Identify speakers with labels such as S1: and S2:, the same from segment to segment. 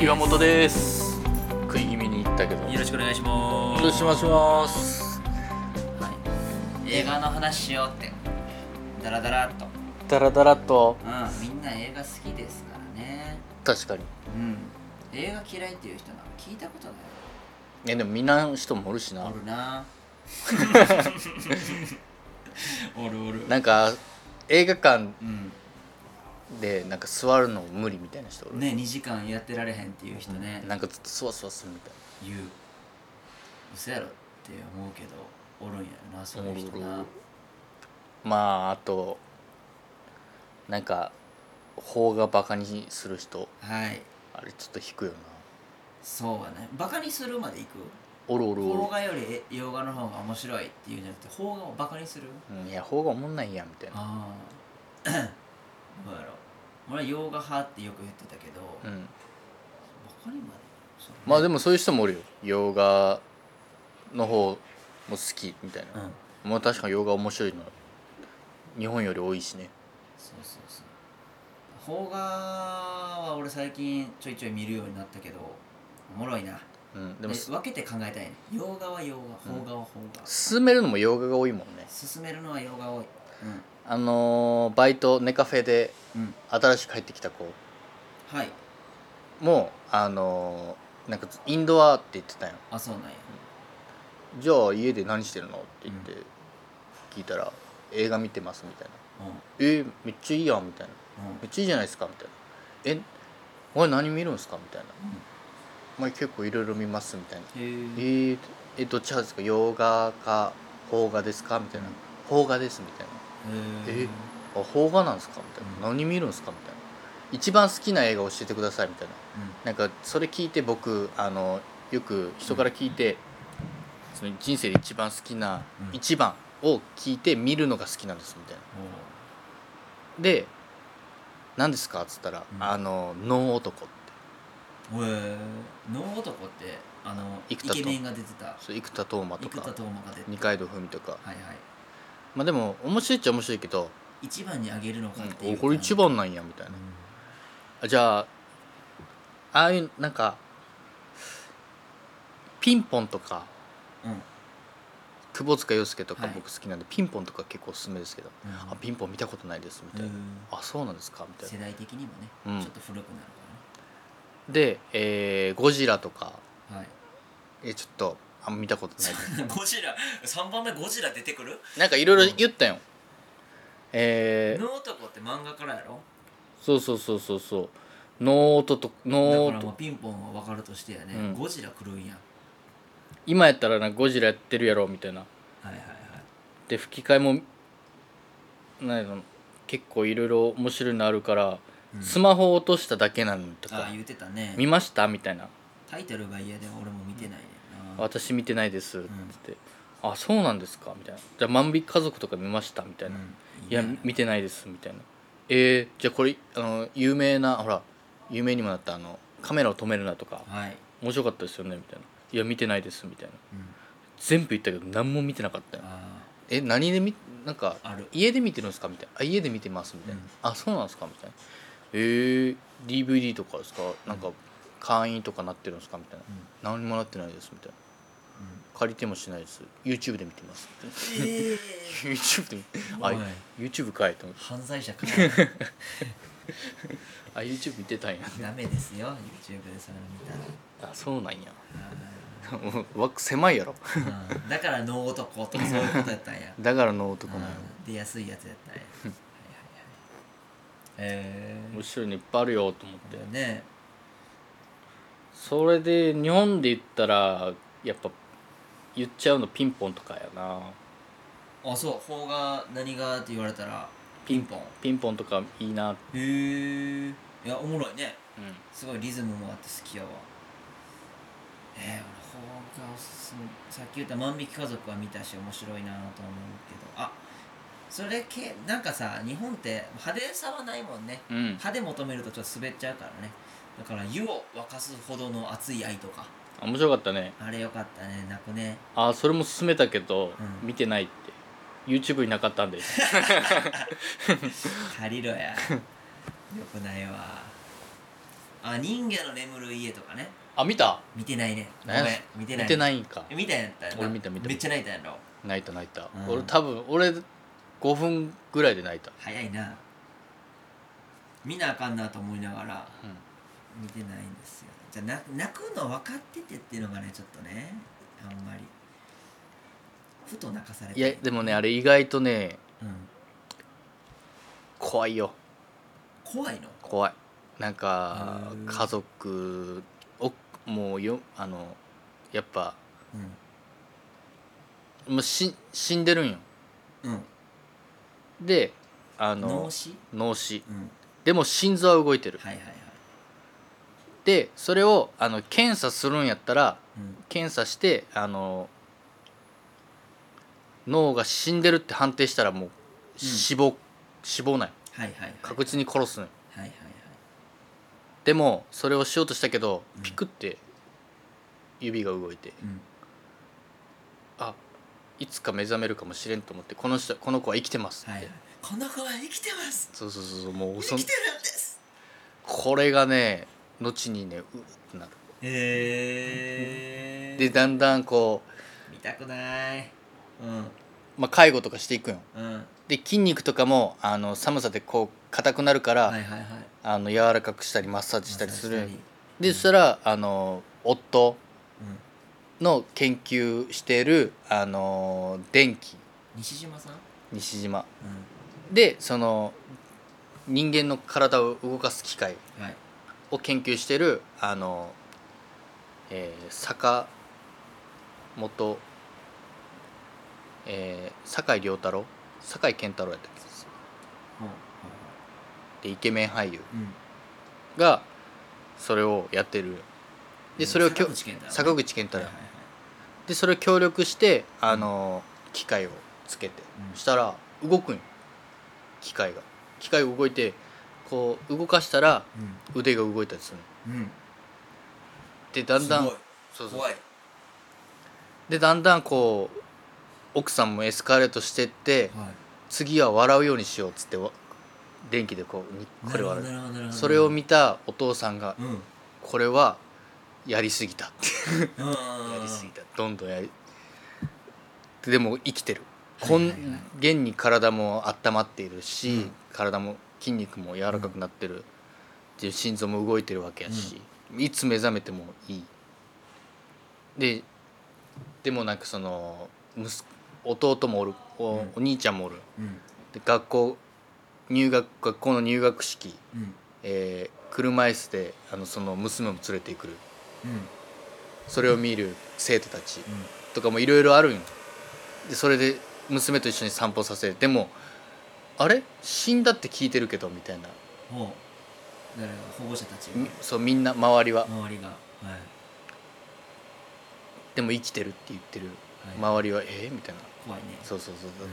S1: 岩本です食い気味に言ったけど
S2: よろしくお願いします。
S1: よろしくお願いします
S2: はい、映画の話しようって。ダラダラっと。
S1: ダラダラと
S2: うん、みんな映画好きですからね。
S1: 確かに
S2: うん。映画嫌いっていう人なんか聞いたことない。
S1: えでも見ない人もおるしな
S2: おるな。 おるおる。
S1: なんか映画館
S2: うん。
S1: でなんか座るの無理みたいな人おる、
S2: ね、2時間やってられへんっていう人ね、
S1: なんかずっとそわそわするみたい
S2: 言う。嘘やろって思うけど、おるんやろな、そういう人
S1: おるお
S2: な
S1: る。なまああとなんか法がバカにする人
S2: はい。
S1: あれちょっと引くよな
S2: そうはね。バカにするまでいく
S1: おるおるおる
S2: 邦画より洋画の方が面白いっていうんじゃなくて邦画をバカにする
S1: うんいや法がおもんないやんみたいな
S2: あ あどうやろう俺は洋画派ってよく言ってたけど、
S1: う
S2: バ
S1: ん
S2: カにまでそうね
S1: まあでもそういう人もおるよ洋画の方も好きみたいな、まあ確かに洋画面白いの日本より多いしね
S2: そうそうそう邦画は俺最近ちょいちょい見るようになったけどおもろいな
S1: うん
S2: で
S1: でもす
S2: 分けて考えたいね洋画は洋画
S1: うん
S2: 邦画は邦画、
S1: 進めるのも洋画が多いもんね
S2: 進めるのは洋画多い
S1: あのーバイトネカフェで
S2: うんうん
S1: 新しく入ってきた子
S2: はい
S1: もあのーなんかインドアって言ってたよ
S2: あそうなんや
S1: じゃあ家で何してるのって言って聞いたら映画見てますみたいな
S2: うんうん
S1: えーめっちゃいいやんみたいなめっちゃいいじゃないですかみたいなえお前何見るんですかみたいなお前結構いろいろ見ますみたいな
S2: うん
S1: え
S2: へえ
S1: ー、えどっち派ですか洋画か邦画ですかみたいな邦画ですみたい
S2: へ
S1: えなあ邦画なんですかみたいな何見るんですかみたいな一番好きな映画教えてくださいみたいな
S2: うん
S1: なんかそれ聞いて僕あのよく人から聞いて、その人生で一番好きな、
S2: うん
S1: 一番を聞いて見るのが好きなんですみたいな
S2: おう
S1: で「何ですか?」っつったら「
S2: うん
S1: あの能男」って
S2: へえ能男ってあのイ
S1: 生田斗
S2: ケメンが出てた
S1: そう生田斗真と
S2: 生田
S1: か
S2: 斗真が出て
S1: 二階堂ふみとか
S2: たはいはい
S1: まあでも面白いっちゃ面白いけど、
S2: 一番にあげるのかって
S1: う
S2: い
S1: ん、
S2: う
S1: おこれ一番なんやみたいな
S2: う
S1: あじゃあああいうなんかピンポンとか
S2: んうん
S1: 窪塚洋介とか
S2: はい
S1: 僕好きなんで、ピンポンとか結構おすすめですけど、
S2: うん
S1: あピンポン見たことないですみたいな、
S2: うん
S1: あそうなんですかみたい
S2: 世
S1: な
S2: 代的にもね
S1: うん
S2: ちょっと古くなるか
S1: で、えーゴジラとから
S2: ね
S1: えちょっとあんま見たことない
S2: はい ゴジラ3番目ゴジラ出てくる
S1: なんかいろいろ言ったよ、えー
S2: 能男って漫画からやろ
S1: そうそうそうそうそうノートと
S2: だ
S1: ノ
S2: か
S1: ー
S2: らもう
S1: ト
S2: ピンポンは分かるとしてや
S1: う
S2: ね
S1: ん
S2: ゴジラ来るんや
S1: 今やったらなんかゴジラやってるやろみたいな
S2: はいはいはい
S1: で吹き替えもなんやろ結構いろいろ面白いのあるから、
S2: うん
S1: スマホ落としただけなのと
S2: あ
S1: か
S2: あ言うてたね
S1: 見ましたみたいな
S2: タイトルが嫌で俺も見てないねんな
S1: 私見てないですって言って、あそうなんですかみたいなじゃあ万引き家族とか見ましたみたいな、
S2: うん
S1: いや
S2: ね
S1: 見てないですみたいなえー、じゃあこれあの有名なほら有名にもなったあのカメラを止めるなとか
S2: はい
S1: 面白かったですよねみたいないや見てないですみたいな
S2: うん
S1: 全部言ったけど何も見てなかったよ
S2: あ
S1: え何で見なんか
S2: ある
S1: 家で見てるんですかみたいなあ家で見てますみたいな、
S2: うん
S1: あそうなんですかみたいなえー、DVD とかですかなんか会員とかなってるんですかみたいな、何もなってないですみたいな借りてもしないです YouTube で見て ますみたいな
S2: ええ
S1: YouTube で見
S2: おい
S1: あ YouTube かいと思って
S2: 犯罪者か
S1: あ YouTube 見てたんや
S2: ダメですよ YouTube でそれ見た
S1: あそうなんや
S2: ら
S1: もう枠狭いやろ
S2: あーだから能男とかそういうことやったんや
S1: だからの男なのよ
S2: あー出やすいやつやったんやはいはいはいへ
S1: 面白いのいっぱいあるよと思って
S2: えね
S1: それで日本で言ったらやっぱ言っちゃうのピンポンとかやな
S2: あそう法が何がって言われたらピンポンへ
S1: ピンポンとかいいな、うん、
S2: えいやおもろいねすごいリズムもあって好きやわえー、俺邦画おすすめさっき言った「万引き家族」は見たし面白いなとは思うけどあそれけなんかさ日本って派手さはないもんね
S1: うん、
S2: 派手求めるとちょっと滑っちゃうからねだから湯を沸かすほどの熱い愛とか
S1: あ面白かったね
S2: あれよかったね泣くね
S1: あそれも勧めたけど、
S2: うん
S1: 見てないって YouTube になかったんで
S2: 借りろやよくないわあ人魚の眠る家とかね
S1: あ見た
S2: 見てないねごめ
S1: 何
S2: ん
S1: や
S2: 見てない
S1: 見てないいんか
S2: 見たんやったよな
S1: 俺見た見た
S2: めっちゃ泣いたんやろ
S1: 泣いた泣いた、
S2: うん
S1: 俺多分俺5分ぐらいで泣いた、
S2: 早いな見なあかんなと思いながら
S1: うん
S2: 見てないんですよじゃあな泣くの分かっててっていうのがねちょっとねあんまりふと泣かされて
S1: いやでもねあれ意外とね
S2: うん、
S1: 怖いよ
S2: 怖いの
S1: 怖いなんか
S2: へー
S1: 家族をもうよあのやっぱ
S2: う
S1: もうし死んでるんよ
S2: んうん
S1: であの
S2: 脳死
S1: 脳死
S2: うん
S1: でも心臓は動いてる
S2: はいはいはい
S1: でそれをあの検査するんやったら
S2: うん
S1: 検査してあの脳が死んでるって判定したらもう死亡、死亡ない
S2: はいはいはい
S1: 確実に殺すのよ
S2: はいはいはい
S1: でもそれをしようとしたけど
S2: うん
S1: ピクって指が動いて
S2: うん
S1: あいつか目覚めるかもしれんと思ってこの人この子は生きてますって、
S2: はいはいこの子は生きてます
S1: そうそうそうそうもうそ
S2: 生
S1: ん
S2: きてるんです
S1: これがね後にねうってなる
S2: へえ
S1: でだんだんこ
S2: 見たくないうん
S1: う、まあ、介護とかしていくんよ
S2: うん
S1: で筋肉とかもあの寒さでこう硬くなるから、
S2: はいはいはい
S1: あの柔らかくしたりマッサージしたりするんよ
S2: マッサージし
S1: でそしたらあの夫
S2: たりうん
S1: の研究しているあの電気
S2: 西島さんう
S1: 西島
S2: ん
S1: でその人間の体を動かす機械
S2: はい
S1: を研究してるあの、えー坂本、えー坂井良太郎坂井健太郎やったっ
S2: ほう
S1: けでイケメン俳優
S2: うん
S1: がそれをやってるでそれをきょ
S2: 坂口健太郎
S1: 坂口健太郎
S2: はいはいはい
S1: でそれを協力してあの機械をつけて
S2: うん
S1: したら動くんよ機械が機械が動いてこう動かしたら腕が動いたりするの
S2: うんうん
S1: でだんだ
S2: す
S1: ん
S2: ごい
S1: そうそう
S2: 怖い
S1: でだんだんこう奥さんもエスカレートしてって
S2: はい
S1: 次は笑うようにしようっつってわ電気でこうにこ
S2: な
S1: れ
S2: るほど
S1: 笑
S2: な
S1: う
S2: るほどなるほど
S1: それを見たお父さんが
S2: うんうん
S1: 「これはやりすぎた」って
S2: うん
S1: やりすぎたどんどんやりでも生きてるこん、
S2: はいはいはい
S1: 現に体も温まっているし、
S2: うん
S1: 体も筋肉も柔らかくなってる、で心臓も動いてるわけやし、いつ目覚めてもいいででもなんかその息子弟もおるお,、
S2: うん
S1: お兄ちゃんもおる
S2: うん
S1: で学校入学学校の入学式、
S2: うん
S1: えー車椅子であのその娘も連れてくる
S2: うん
S1: それを見る生徒たち、
S2: うん
S1: とかもいろいろあるんよでそれで娘と一緒に散歩させてもあれ死んだって聞いてるけどみたいな
S2: ほうだから保護者たちが
S1: みそうみんな周りは
S2: 周りがはい
S1: でも生きてるって言ってる
S2: はい
S1: 周りはえーみたいな
S2: 怖いね
S1: そうそうそうそう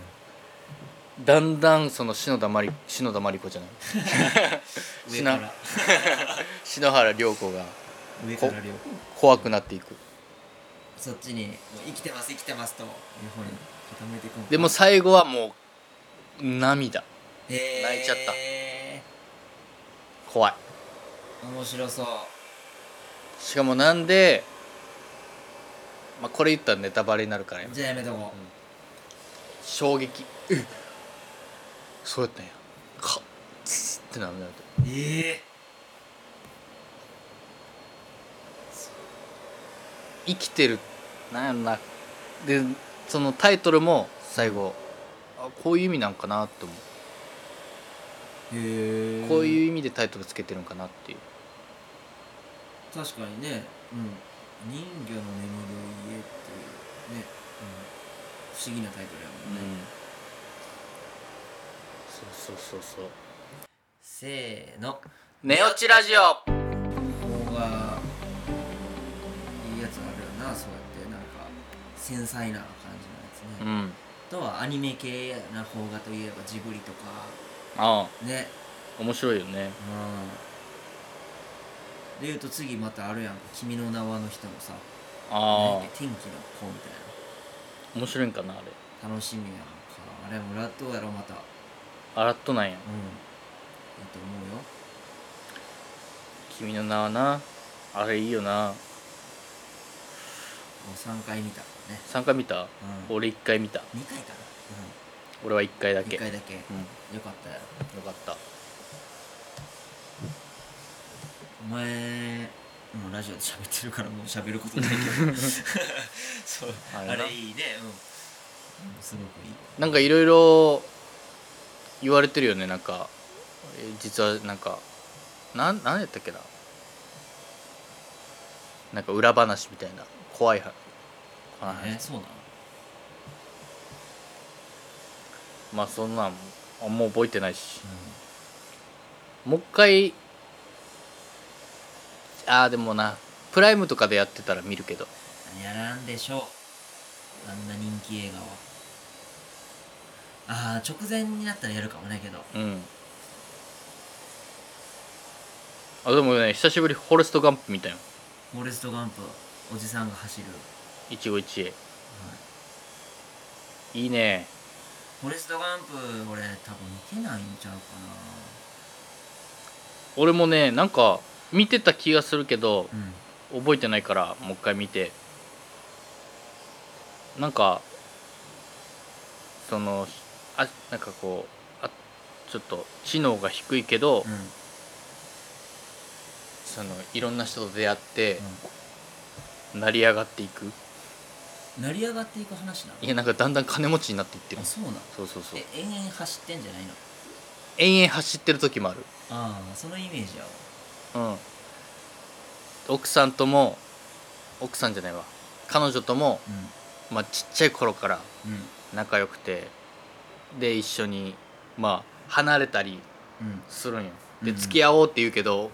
S1: だんだんその篠田麻里篠田麻里子じゃない
S2: 上
S1: し
S2: か
S1: な
S2: ら
S1: 篠原涼子が
S2: 上から両方
S1: 怖くなっていく
S2: そっちにもう生きてます生きてますという方に傾いていくのか
S1: でも最後はもう涙
S2: へー
S1: 泣いちゃっ怖い
S2: 面白そう
S1: しかもなんで、まあ、これ言ったらネタバレになるからやめ
S2: じゃあやめとこ
S1: ん衝撃そうやったんやかっつってなるなる
S2: うええ
S1: 生きてるなんやろなでそのタイトルも最後あこういう意味なんかなって思う
S2: へ
S1: こう
S2: う
S1: いう意味でタイトルつけてるんかなっていう
S2: 確かにね、うん、人魚の眠る家っていうね、うん、不思議なタイトルやもんね、
S1: そうそうそうそう
S2: せーの
S1: 「寝落ちラジオ
S2: ここがいいやつあるよなそうやってなんか繊細な感じのやつね、」
S1: うん
S2: あとはアニメ系な邦画といえばジブリとか
S1: ああ
S2: ね
S1: 面白いよね
S2: うんで言うと次またあるやんか「君の名は」の人もさな
S1: あ
S2: んやっけ天気の子みたい
S1: あ面白いんかなあれ
S2: な楽しみやんかあれもらっとうやろまたうんい
S1: 洗っとなんや
S2: いと思うよ
S1: 君の名はなあれいいよな
S2: もう3回見たからね、
S1: 3回見
S2: う
S1: た
S2: ん、
S1: 俺1回見た
S2: 2回かな、
S1: 俺は1回だ
S2: うん、
S1: け
S2: 1回だけよ
S1: うんよ
S2: かったやろ
S1: かった
S2: お前もうラジオで喋ってるからもう喋ることないけ どそう
S1: あ
S2: あ
S1: れ
S2: れ
S1: ない
S2: いねうん、うん、すごくいい
S1: なんかいろいろ言われてるよねなんかえー実はなんかなんなんやったっけななんか裏話みたいな怖いは怖い話
S2: えそうなの
S1: まあそんなんあもう覚えてないしもう一回ああでもなプライムとかでやってたら見るけど
S2: うんやらんでしょうあんな人気映画はああ直前になったらやるかもねけど
S1: うんあでもね久しぶりフォレストガンプ見たよ
S2: フォレストガンプおじさんが走る、はい
S1: 一期一会いいね
S2: フォレストガンプ俺多分見てないんちゃうか
S1: 俺もねなんか見てた気がするけど
S2: なうん
S1: 覚えてないからもう一回見てなんかそのあなんかこうあちょっと知能が低いけど、
S2: うん
S1: そのいろんな人と出会って成り上がっていく
S2: うん成り上がっていく話なの
S1: いやなんかだんだん金持ちになっていってる
S2: あそうなの
S1: そうそうそう
S2: え延々走ってんじゃないの
S1: 延々走ってる時もある
S2: ああそのイメージやわ
S1: うん奥さんとも奥さんじゃないわ彼女とも、
S2: う
S1: まあ、ちっちゃい頃から
S2: んうん
S1: 仲良くてで一緒にまあ離れたり
S2: うん
S1: するんよ
S2: う
S1: で
S2: んうん
S1: 付き合おうって言うけど、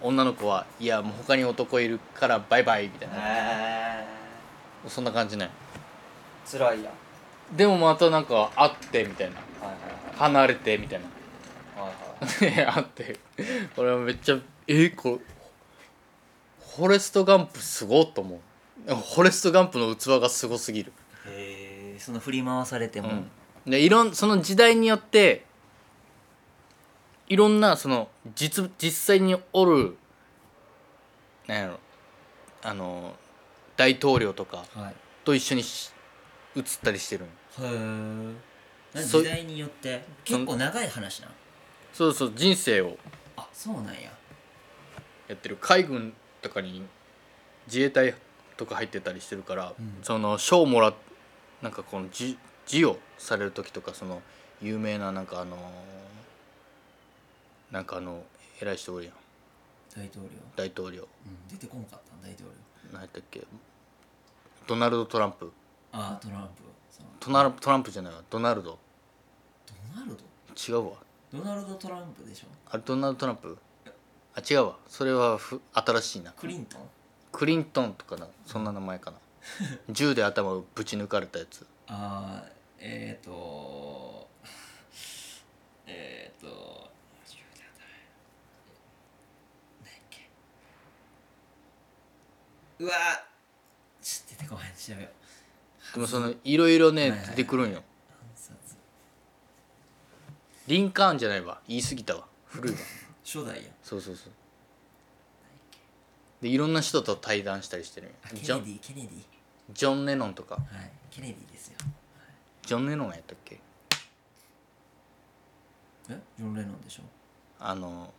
S1: 女の子はいやもう他に男いるからバイバイみたいな
S3: え
S1: そんな感じね
S3: ー、辛いやん
S1: でもまたなんか会ってみたいな
S3: はい
S1: 離れてみたいな
S3: はいはいは いはい
S1: 会って俺はめっちゃえこれフォレストガンプすごっと思うフォレストガンプの器がすごすぎる
S2: へえその振り回されても、
S1: うん、でいろんその時代によっていろんなその実実際におるなんやろあの大統領とか
S2: はいへ
S1: と一緒にし写ったりしてるん
S2: え何
S1: そう
S2: 時代によって結構長い話なん
S1: そうそう人生を
S2: あそうなんや
S1: やってる海軍とかに自衛隊とか入ってたりしてるから、
S2: うん
S1: その賞もらっなんかこのじ授与される時とかその有名ななんかあのなんかあの偉い人おるやん
S2: 大統領、
S1: 大統領
S2: 出てこんかったん大統領
S1: 何やったっけドナルド・トランプ
S2: ああトランプその
S1: トナルトランプじゃないわドナルド
S2: ドナルド
S1: 違うわ
S2: ドナルド・トランプでしょ
S1: あれドナルド・トランプあ違うわそれはふ新しいな
S2: クリントン
S1: クリントンとかなそんな名前かな銃で頭をぶち抜かれたやつ
S2: ああえっ、ー、と えっ、ー、と何やっけうわーちょっと出てこない調べよう
S1: でもそのいろいろ
S2: はいは
S1: ね
S2: い
S1: 出てくるんよ
S2: 暗殺
S1: リンカーンじゃないわ言い過ぎたわ古いわ
S2: 初代や
S1: そうそうそうでいろんな人と対談したりしてるんよ
S2: あケネ
S1: ジ
S2: デ
S1: ョ
S2: ィ
S1: ン
S2: ケネディ
S1: ジョン・レノンとか
S2: はいケネディですよ
S1: ジョン・レノンやったっけ
S2: えジョン・レノンでしょ
S1: あの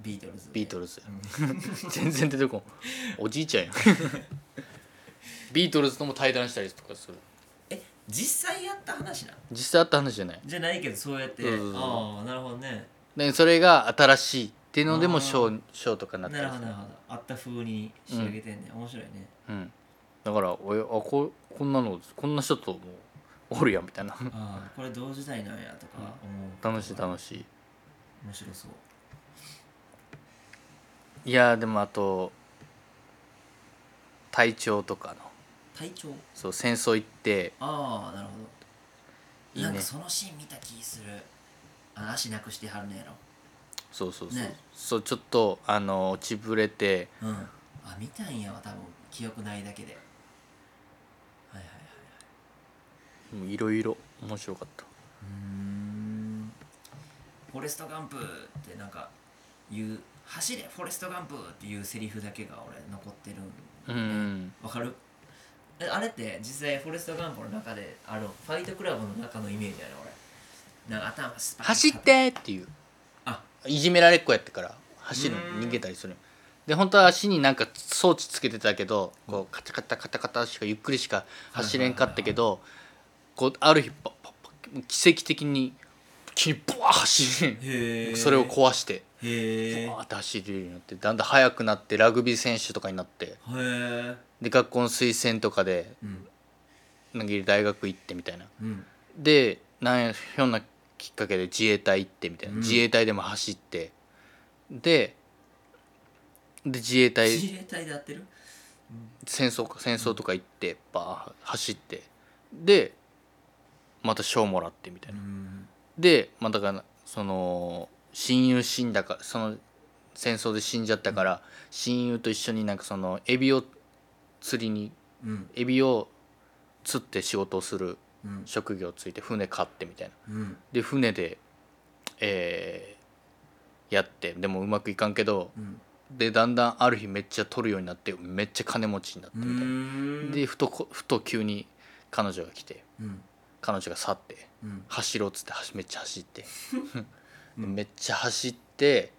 S2: ビートルズ
S1: ビートル
S2: ズ
S1: ズや 全然出てこんおじい ちゃんやんビートルズとも対談したりとかする
S2: え実際やった話な
S1: 実際あった話じゃない
S2: じゃないけどそうやって
S1: そうそうそう
S2: ああなるほどね
S1: でそれが新しいっていうのでも
S2: あー
S1: 賞賞とかにな
S2: な
S1: っ
S2: るほ
S1: たりす
S2: ど
S1: る
S2: なるほどあった風に仕上げてんね、面白いね
S1: うん、だからおやあここんなのこんな人ともおるやんみたいな
S2: ああこれ同時代なんやとか思う
S1: 楽しい楽し
S2: 面白そう
S1: いいやーでもあと隊長とかの
S2: 体調
S1: そう戦争行って
S2: ああなるほど
S1: いい
S2: なん
S1: ね
S2: かそのシーン見た気するあの足なくしてはるのやろ
S1: そうそうそう、
S2: ね
S1: そうちょっとあの落ちぶれて
S2: うんあ見たんやわ多分記憶ないだけではいはいはい
S1: もういろいろ面白かった
S2: うーんフォレスト・ガンプってなんか言う「走れフォレスト・ガンプ!」っていうセリフだけが俺残ってる
S1: うん
S2: わかるえあれって実際フォレスト・ガンプの中であのファイトクラブの中のイメージやね俺なんか頭スパッ
S1: 走ってっていう
S2: あ
S1: いじめられっ子やってから走る
S2: うん
S1: 逃げたりするで本当は足になんか装置つけてたけどこうカタカタカタカタしかゆっくりしか走れんかったけどこうある日パッパッパッ奇跡的に急にブワー走る
S2: へえ
S1: それを壊してブ
S2: へえへ
S1: ワーって走れるようになってだんだん速くなってラグビー選手とかになって
S2: え
S1: で学校の推薦とかで
S2: うん
S1: なんか大学行ってみたいな
S2: うん
S1: でなんやひょんなきっかけで自衛隊行ってみたいな、
S2: うん
S1: 自衛隊でも走ってでで自衛隊
S2: 自衛隊でやってる
S1: 戦争か戦争とか行ってバー走ってでまた賞もらってみたいうな、
S2: ん
S1: でまあだからその親友死んだからその戦争で死んじゃったから、親友と一緒になんかそのエビを釣りに
S2: うん
S1: エビを釣って仕事をする
S2: うん
S1: 職業ついて船買ってみたいな
S2: うん
S1: で船で、えーやってでもうまくいかんけど
S2: うん
S1: でだんだんある日めっちゃ取るようになってめっちゃ金持ちになって
S2: う
S1: みたいな、
S2: ん
S1: でふとこふと急に彼女が来て
S2: うん
S1: 彼女が去って
S2: うん
S1: 走ろうっつって走めっちゃ 走って、
S2: うん
S1: めっちゃ走って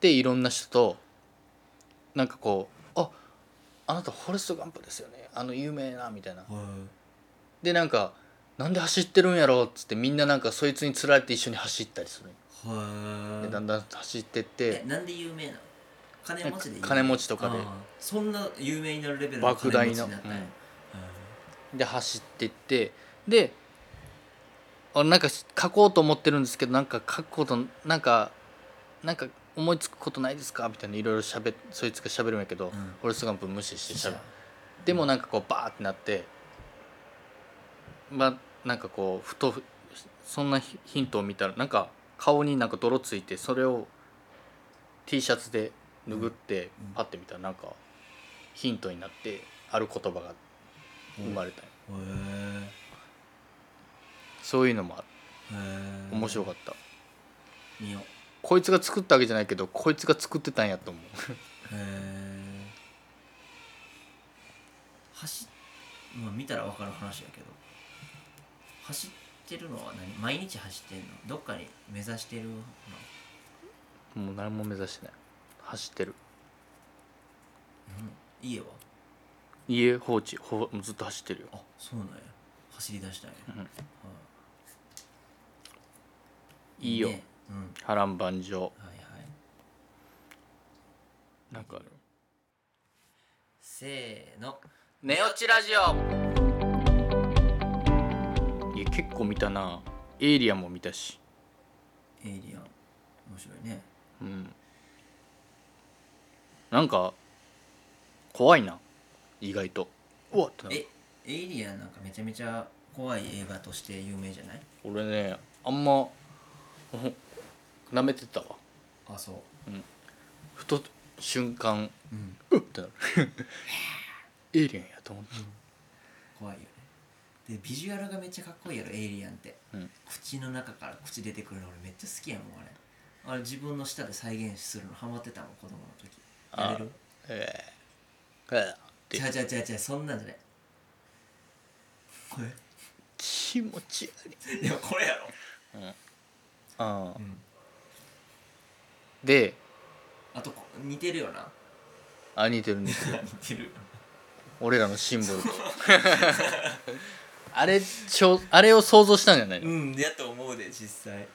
S1: でいろんな人となんかこう「ああなたフォレスト・ガンプですよねあの有名な」みたいな
S2: は
S1: でなんか「なんで走ってるんやろ?」っつってみんななんかそいつにつられて一緒に走ったりする
S2: いは
S1: で
S2: い
S1: だんだん走ってっ
S2: え
S1: て
S2: なんで有名なの金持ちで有名
S1: 金持ちとか
S2: あ
S1: で
S2: あそんな有名になるレベルの
S1: 莫
S2: 金
S1: 大
S2: 持ち
S1: な、
S2: になったんや
S1: うんで走ってってであなんか書こうと思ってるんですけどなんか書くことなんかなんか思いつくことないですかみたいないろいろしゃべそいつがしゃべるんやけど、
S2: ん
S1: フォレストガンプ無視してしゃべ
S2: うん
S1: でもなんかこうバーってなってまあなんかこうふとそんなヒヒントを見たらなんか顔になんか泥ついてそれを T シャツで拭って
S2: うん
S1: パッて見たらなんかヒントになってある言葉が生まれた、
S2: うんへ
S1: そういうのもある
S2: えへえ
S1: 面白かった、
S2: 見よう
S1: こいつが作ったわけじゃないけどこいつが作ってたんやと思
S2: へえ走っまあ見たら分かる話やけど走ってるのは何毎日走ってるのどっかに目指してるの
S1: うもう何も目指してない走ってる
S2: 家は
S1: 家放置ほずっと走ってるよ
S2: あそうなんや走り出したんや、
S1: ん
S2: はい
S1: いいよ、
S2: ねうん
S1: 波乱万丈
S2: はいはい
S1: なんかある
S2: せーの
S1: 寝落ちラジオいや結構見たなエイリアンも見たし
S2: エイリアン面白いね
S1: うんなんか怖いな意外とうわってなる
S2: えエイリアンなんかめちゃめちゃ怖い映画として有名じゃない
S1: 俺ねあんまなめてたわ
S2: あそう
S1: ふと瞬間
S2: うん
S1: うっってなるエイリアンやと思って、
S2: 怖いよねでビジュアルがめっちゃかっこいいやろエイリアンって
S1: うん、
S2: 口の中から口出てくるの俺めっちゃ好きやもんあれあれ自分の舌で再現するのハマってたもん子供の時
S1: あ
S2: やれる
S1: えー、えー、って
S2: ちゃうちゃうちゃうちゃうそんなんじゃないこれ
S1: 気持ち悪い
S2: いやこれやろ
S1: あー、
S2: ん
S1: で
S2: あとこ似てるよな
S1: あ似てるんですよ
S2: 似てる
S1: 俺らのシン ボルとあれちょあれを想像したんじゃないの、
S2: うんやと思うで実際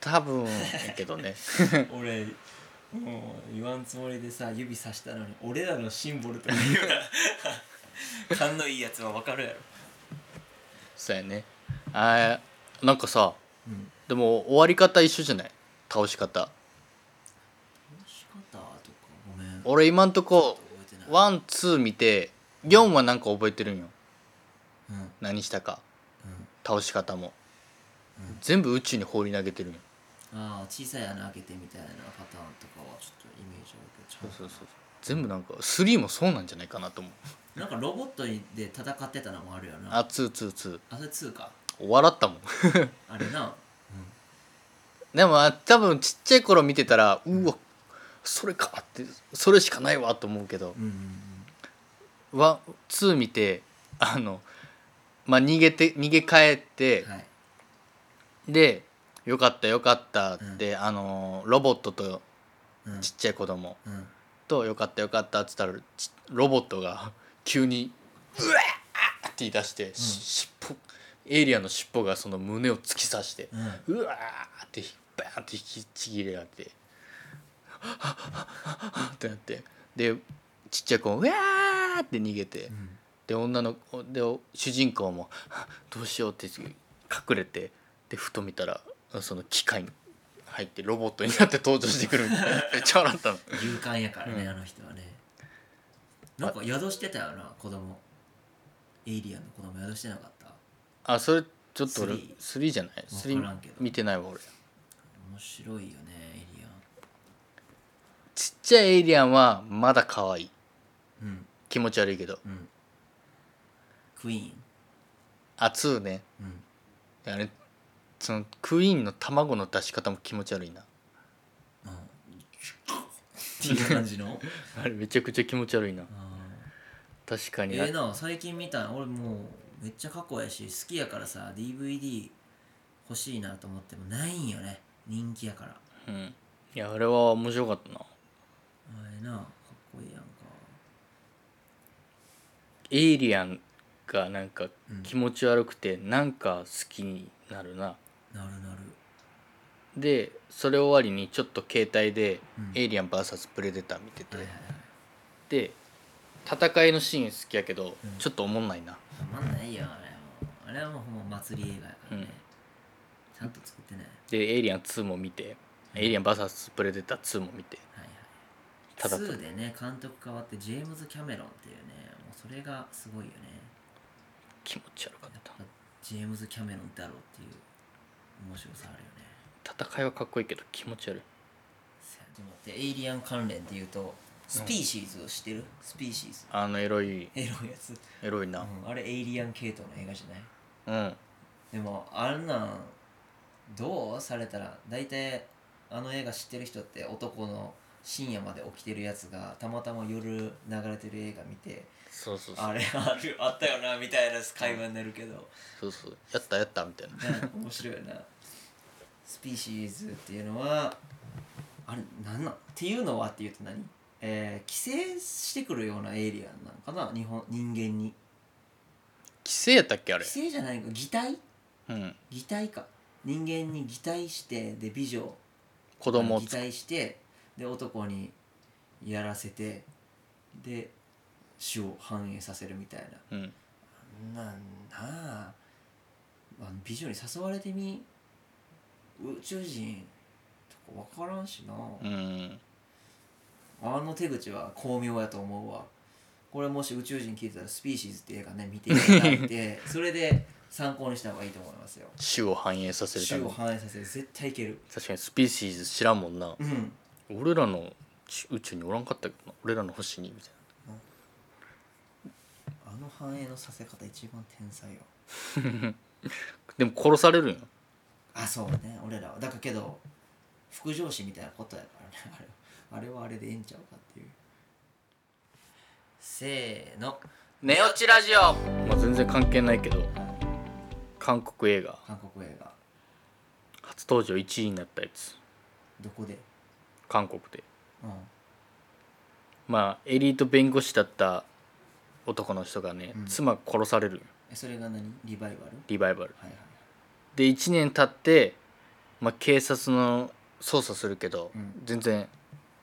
S1: 多分やけどね
S2: 俺もう言わんつもりでさ指さしたのに俺らのシンボルとか言う な勘のいいやつは分かるやろ
S1: そうやねあーなんかさ
S2: うん
S1: でも終わり方一緒じゃない倒し方
S2: 仕方とかごめん覚
S1: 俺今んとこ
S2: えてない
S1: ワンツー見て4はなんか覚えてるんよ
S2: うんうん
S1: 何したか倒し方も、全部宇宙に放り投げてるんよ
S2: ああ小さい穴開けてみたいなパターンとかはちょっとイメージあるけど
S1: 全部なんか3もそうなんじゃないかなと思う
S2: なんかロボットで戦ってたのもあるよな
S1: あ
S2: あ
S1: ツーツーツ
S2: それ2か
S1: ー笑ったもん
S2: あれな
S1: でもあ多分ちっちゃい頃見てたらうわそれかってそれしかないわと思うけど
S2: うんうん
S1: ワンツー見てあの、まあ、逃げて逃げ帰って、
S2: うんはい
S1: で「よかったよかった」って、あのロボットと
S2: うん
S1: ちっちゃい子供
S2: うん
S1: と「よかったよかった」っつったらちロボットが 急に「うわーって言い出して、し尻尾エイリアンの尻尾がその胸を突き刺して
S2: うん
S1: 「うわーってバーンって引きちぎれられて「はっはっはっはっはってなってでちっちゃい子も「うわーって逃げて。
S2: うん
S1: で女の子で主人公もは「どうしよう」って隠れてでふと見たらその機械に入ってロボットになって登場してくるみたいなめっちゃ笑ったの
S2: 勇敢やからね、
S1: うん
S2: あの人はねなんか宿してたよな子供エイリアンの子供宿してなかった
S1: あそれちょっと俺
S2: スリー
S1: 3じゃない
S2: わからんけ
S1: 3
S2: ど
S1: 見てないわ俺
S2: 面白いよねエイリ
S1: ちっちゃいエイリアンはまだ可愛い
S2: アンうん
S1: 気持ち悪いけど
S2: うんクイーン
S1: あ2ね
S2: うん
S1: あれそのクイーンの卵の出し方も気持ち悪いな
S2: っていう感じ の
S1: あれめちゃくちゃ気持ち悪いな
S2: あー
S1: 確かに
S2: ええな最近見たん俺もうめっちゃ過去やし好きやからさ DVD 欲しいなと思ってもないんよね人気やから
S1: うんいやあれは面白かったな
S2: あれなかっこいいやんか
S1: エイリアンがなんか
S2: うん
S1: 気持ち悪くてなんか好きになるな、
S2: なるなる
S1: でそれ終わりにちょっと携帯で
S2: うん
S1: エイリアン VS プレデター見てて、
S2: はいはいはい
S1: で戦いのシーン好きやけど、
S2: うん
S1: ちょっとおもんないな
S2: たまんないよあれはあれはもうほんま祭り映画やからね、
S1: うん
S2: ちゃんと作ってないは
S1: でエイリアン2も見て、エイリアン VS プレデター2も見て
S2: いはい
S1: ただ
S2: 2でね監督変わってジェームズ・キャメロンっていうねもうそれがすごいよね
S1: 気持ち悪かっ
S2: やっぱジェームズ・キャメロンだろうっていう面白さあるよね
S1: た戦いはかっこいいけど気持ち悪い
S2: でエイリアン関連っていうとスピーシーズを知ってる、スピーシーズ
S1: あのエロい
S2: エロいやつ、
S1: エロいな
S2: うんあれエイリアン系統の映画じゃない
S1: うん、
S2: でもあんなんどうされたら大体あの映画知ってる人って男の深夜まで起きてるやつがたまたま夜流れてる映画見て
S1: そうそうそう
S2: あれあるあったよなみたいな会話になるけど、
S1: そうそうやったやったみたいな
S2: ね面白いなスピーシーズっていうのはあれなんなんっていうのはっていうと何えー、寄生してくるようなエイリアンなのかな日本人間に
S1: 規制やったっけあれ
S2: 寄生じゃないか擬態
S1: うん
S2: 擬態か人間に擬態してで美女
S1: 子供を
S2: 擬
S1: つ
S2: 態してで男にやらせてで種を繁栄させるみたいな
S1: うん
S2: なんなああの美女に誘われてみ宇宙人とか分からんしな、
S1: うん
S2: あの手口は巧妙やと思うわこれもし宇宙人聞いてたら「スピーシーズ」って映画ね見ていただいてそれで参考にした方がいいと思いますよ
S1: 種を反映させるた
S2: 種
S1: め
S2: を
S1: に
S2: 反映させる絶対いける
S1: 確かにスピーシーズ知らんもんな
S2: うん
S1: 俺らの宇宙におらんかったけどな俺らの星にみたい
S2: あの反映のさせ方一番天才よ
S1: なでも殺されるんや
S2: あそうね俺らはだからけど副上司みたいなことやからね あれあれはあれでええんちゃうかっていうせーの
S1: ネオチラジオまあ全然関係ないけど韓国映画
S2: 韓国映画
S1: 初登場1位になったやつ
S2: どこで
S1: 韓国で
S2: うん
S1: まあエリート弁護士だった男の人がね、
S2: うん
S1: 妻が殺されるんよ
S2: えそれが何リバイバル
S1: リバイバル
S2: はいはい
S1: で1年経って、まあ、警察の捜査するけど、
S2: うん
S1: 全然